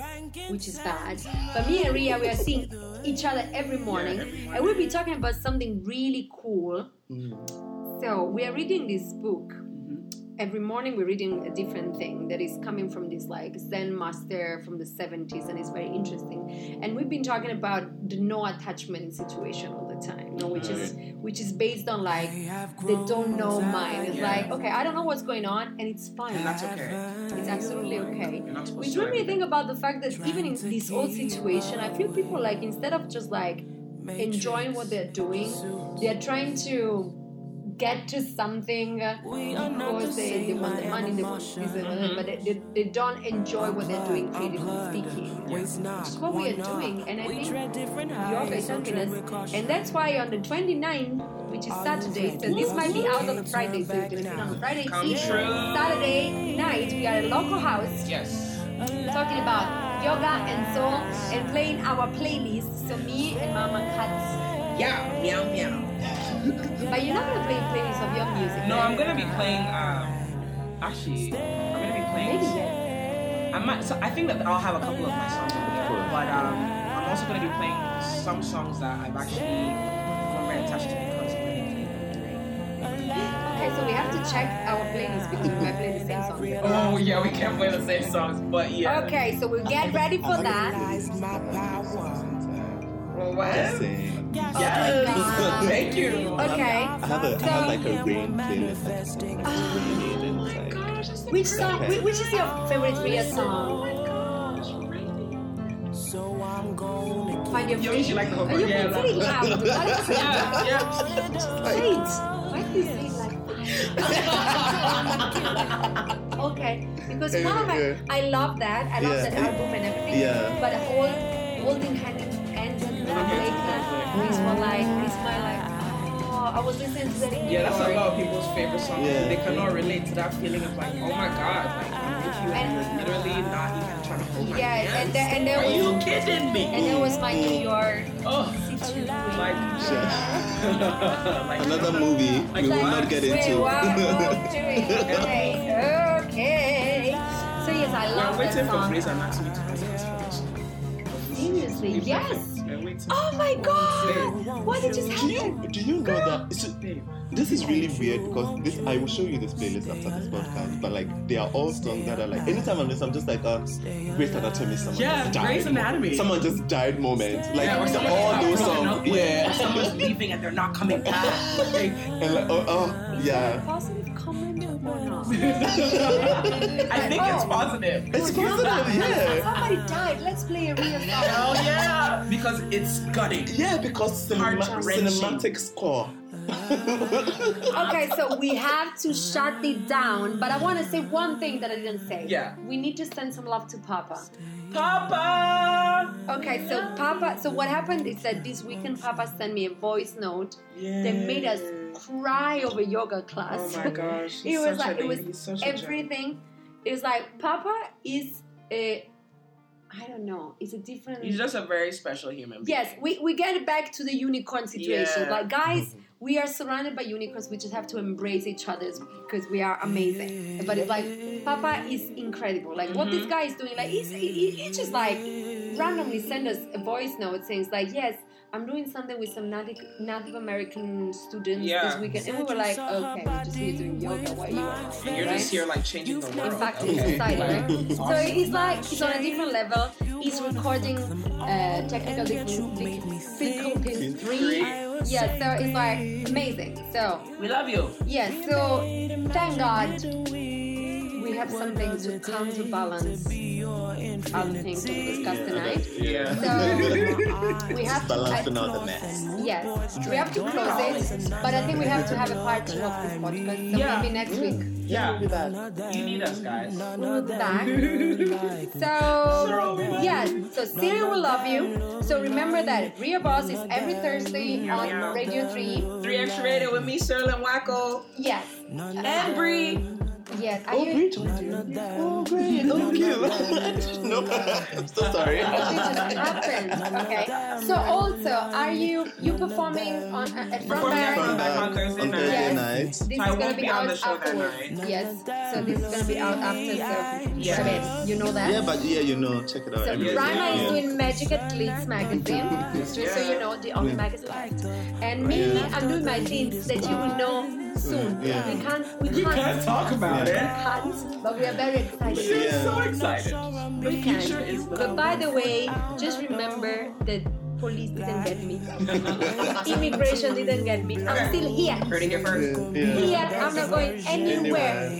which is bad. But me and Ria, we are seeing each other every morning,
every morning.
and we'll be talking about something really cool. So we are reading this book.
Mm-hmm.
Every morning we're reading a different thing that is coming from this like Zen master from the 70s and it's very interesting. And we've been talking about the no attachment situation all the time, you know, which is which is based on like they don't know mine. It's
Yeah.
like, okay, I don't know what's going on and it's fine.
And that's okay.
It's absolutely okay.
You're not supposed
Which
to
made me
like
think about the fact that even in this old situation, I feel people like instead of just like enjoying what they're doing, they're trying to get to something uh, because they, they want the Mm-hmm. money, they want this, they want that, but they, they, they don't enjoy what they're doing creatively speaking. Which is what we are doing, and I think yoga is helping us. And that's why on the 29th, which is Saturday, so this might be out on the Friday, so you can see it on Friday
Come
evening,
true.
Saturday night, we are at a local house
Yes.
talking about yoga and soul and playing our playlist. So me and Mama Kat.
Yeah. Meow meow.
But you're not gonna play playlist of your music.
No,
right?
I'm gonna be playing. Um, actually, I'm gonna be playing.
Maybe yes.
I might. So I think that I'll have a couple of my songs on there, but um, I'm also going to be playing some songs that I've actually grown very attached to because I'm really feeling them.
Okay, so we have to check our playlist because we might play the same songs. again.
Oh yeah, we can't play the same songs, but yeah.
Okay, so we'll get ready
Oh
for that.
Well, what?
Just
Yes.
saying.
God.
Thank you.
Okay.
I have, a, I have like a rain playlist that's raining
Oh
and it's like
Which song? whi- Which is your favorite Ria song? Find your
Yo, you should like the whole
Are you
Yeah,
can say it
like-
loud. Alex,
Yeah, yeah.
Wait. Why do you say it like that? Okay, because one of my,
Yeah.
I love that. I love
Yeah.
that album and everything.
Yeah.
But the whole holding hand in hands and that is for like is my like. Oh, I was listening to that. in
Yeah, that's a
Europe.
lot of people's favorite song.
Yeah.
They cannot relate to that feeling of like, oh my god, like I'm with you Uh, and you're literally not even trying to hold my
Yeah, and
hands.
there, and there
Are
was
you kidding me?
and there was my New York
Oh,
situation.
like, like
another movie we will
Like,
not get
wait,
into.
what we're doing. Okay, okay. So yes, I
We're
love
waiting
that
for
song.
Fraser Anatomy to ask us for this.
Seriously,
We've
yes.
been- We're waiting.
Oh my god! What did just
do you
happen?
do you know that so, this is really weird because this I will show you this playlist after this podcast, but like they are all songs that are like anytime I'm this I'm just like uh Grey's Anatomy someone
Yeah,
just died.
Grey's Anatomy.
Someone just died moment. Like
Yeah, or
it's
someone
all
just broken
those songs.
up with, or
Yeah.
Someone's leaving and they're not coming back.
and like oh, oh yeah.
Positive comment or not?
I think it's positive.
It's positive, yeah.
Oh. Somebody died. Let's play a real song.
Hell yeah! Because it's gutting.
Yeah, because cinema-
Heart-wrenching.
cinematic score.
Okay, so we have to shut it down, but I want to say one thing that I didn't say.
Yeah.
We need to send some love to Papa.
Papa.
Okay, so Papa, so what happened is that this weekend Papa sent me a voice note that made us cry over yoga class.
Oh my gosh.
it
he's
was
such a
like
baby,
it was
he's such a gem.
everything. It was like Papa is a, I don't know, it's a different.
He's just a very special human. Being.
Yes, we, we get back to the unicorn situation.
Yeah. Mm-hmm.
Like, guys, we are surrounded by unicorns. We just have to embrace each other because we are amazing. But it's like, Papa is incredible. Like, what
Mm-hmm.
this guy is doing, like, he's, he, he- he just like randomly send us a voice note saying, it's like, yes, I'm doing something with some Native, Native American students
Yeah.
this weekend. And we were like, okay, we just here doing yoga. Where you are?
And you're
right?
just here like changing the world.
Exactly,
Okay.
society,
Like,
right? So
awesome.
it's like he's on a different level. He's recording uh, technical difficulties three. Yeah, so it's like amazing. So
we love you.
yeah, so thank God we have something to counterbalance other things that we discussed tonight.
Yeah.
So we have to I-
Balancing out the mess.
Yes, we have to close it, but I think we have to have a part two of this podcast. So
Yeah.
maybe next week
Yeah. You need us, guys.
we'll be back. So yeah, so Syria will love you. So remember that Ria Boss is every Thursday on Radio Three.
Three extra rated with me, Sterling Wacko,
Yes,
and Bree.
yes. Are
Oh,
you?
great. Oh, great. Thank you. no, I'm so sorry.
It just happened. Okay. So also, are you you performing on uh, at Front
Performing at
Back?
Front Back. on Thursday
um, on Thursday night.
I
This is gonna
won't
be
be on
out
the show that
afterwards.
night.
Yes. So this is gonna be out after. So
Yeah.
Shabab, you know that.
Yeah, but yeah, you know, check it out.
So
everything.
Rima is
Yeah.
doing magic at Glitz magazine, just so you know, the only magazine. And me,
Yeah.
I'm doing my things that you will know soon.
Yeah.
We can't, we
We can't
can't,
talk about it.
can't, but we are very excited.
We're
Yeah.
so excited.
We
future is
can.
the-
But by the way, just remember that police didn't get me, immigration didn't get me. I'm still here.
Heard it here first.
Yeah.
Here, I'm not going anywhere.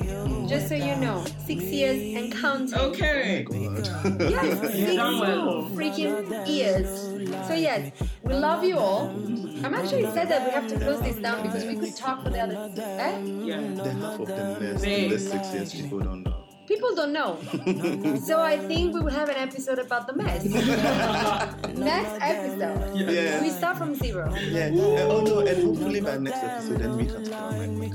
Just so you know, six years and counting.
Okay.
Yes, six
done well.
freaking years. So yes, we love you all. I'm actually sad that we have to close this down because we could talk for the other. Eh?
Yeah.
The half of the mess
Babe.
in the six years people don't know.
People don't know. so I think we will have an episode about the mess. Next episode,
Yeah.
we start from zero.
Yeah. And, oh no, and hopefully by next episode, then we can talk about my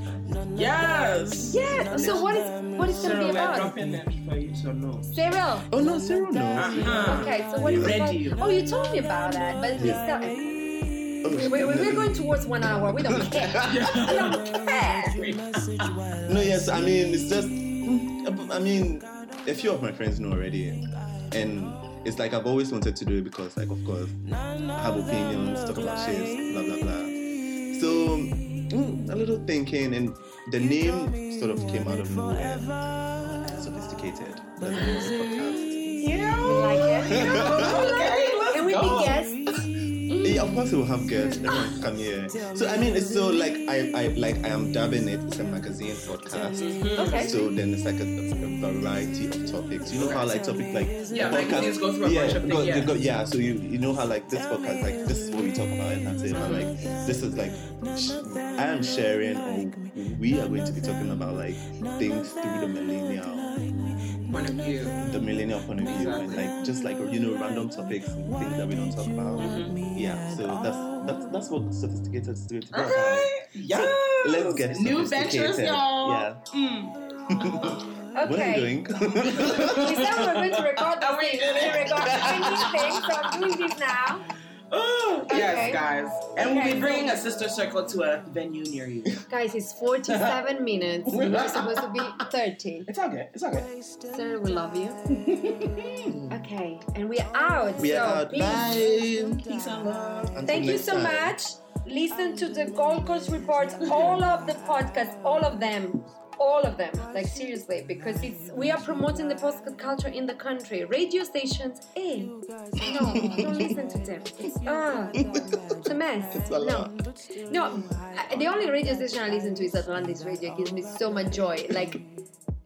Yes.
Yeah. So what is what is gonna be
So we're
about?
dropping them for you to know.
Zero.
Oh no, Cyril
Ah.
knows.
Uh-huh.
Okay. So what is it
Ready.
about? Oh, you told me about that, but we still
Oh,
we, we, we're going towards one hour. We don't care. we don't care.
No, yes, I mean it's just I mean a few of my friends know already and it's like I've always wanted to do it because like of course have opinions, talk about shit, blah blah blah. So mm, a little thinking and the name sort of came out of nowhere. Sophisticated. That's the name of the podcast.
We
Yeah.
like it.
Okay, let's
And we
go.
can guess.
Yeah, of course it will have girls. Everyone can come here. So I mean, it's so like I, I like I am dubbing it. It's a magazine podcast.
Okay.
So then it's like a, a variety of topics. You know how like topic like
Yeah, like, things go through a
yeah,
bunch of
go-
things, yeah.
go- yeah. So you you know how like this podcast like this is what we talk about and that's it. But like this is like sh- I am sharing or we are going to be talking about like things through the millennial
One of you.
the millennial point of view and
Exactly.
like just like you know random topics things that we don't talk about
Mm-hmm.
yeah so that's that's that's what sophisticated is doing to be about.
Okay. Yes.
let's get
new ventures,
sophisticated.
y'all.
yeah
Mm.
what are you
Okay.
doing
We said we were going to record
And we
this
did it.
thing. Oh, We record anything, so I'm doing this now.
Oh,
Okay.
Yes, guys. And we'll
Okay.
be bringing a sister circle to a venue near you.
Guys, it's 47 minutes.
We're
We're supposed to be 30.
It's okay. It's okay.
Sir, we love you. Okay, and we're out.
we
so
are out
please,
bye
Peace and love.
Until
Thank you
next
so
time.
much. Listen to the Gold Coast reports, all of the podcasts, all of them, all of them. Like seriously, because it's we are promoting the podcast culture in the country. Radio stations, eh? No, don't listen to them. It's ah, it's a mess.
It's a
no,
lot.
no. I, the only radio station I listen to is Atlantis Radio. It gives me so much joy. Like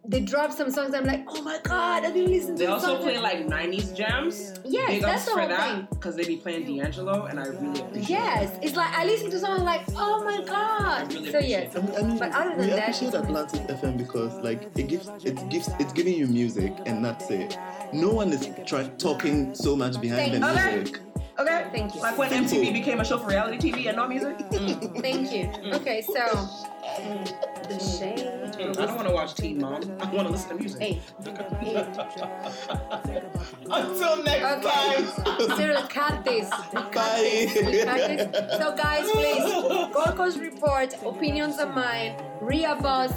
they drop some songs. I'm like, oh my god, I've been listening to
They
this
also
song.
play like '90s jams.
Yes,
Big
that's
ups
the
for
whole
that because they be playing D'Angelo, and I really appreciate.
Yes, it's like I listen to someone like, oh my god.
really
so
appreciate
yes,
I mean, I mean,
but other than
we
that,
appreciate
it's-
Atlantic FM because, like, it gives, it gives, it's giving you music, and that's it. No one is try- talking so much
Thank
behind the
you. Okay.
music.
Okay,
Thank you.
Like when MTV became a show for reality TV and not music.
Thank you.
Mm.
Okay, so the shade.
I don't want to watch Teen Mom. I want to listen to music.
Hey, hey.
Until next
Okay.
time.
Cyril, cut this. Cut this. We cut this. So, guys, please, Gorko's report, opinions of mine, Ria Boss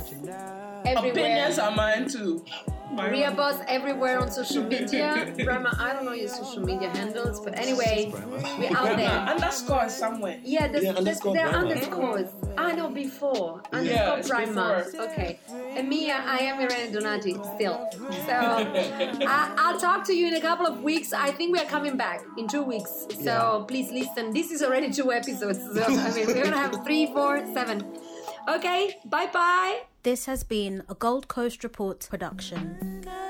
everywhere.
Opinions are mine too. Mine.
Ria Boss everywhere on social media. Brahma, I don't know your social media handles, but anyway, we're out
Grandma
there.
underscore somewhere.
Yeah, there's,
Yeah,
there's,
underscore
there are
Brahma.
underscores. I know before.
Yeah,
Underscore
it's
Brahma.
before.
Okay. And Mia, I am Irene Donati still. So I, I'll talk to you in a couple of weeks. I think we are coming back in two weeks. So please listen. This is already two episodes. So I mean, we're going to have three, four, seven. Okay. Bye bye.
This has been a Gold Coast Report production.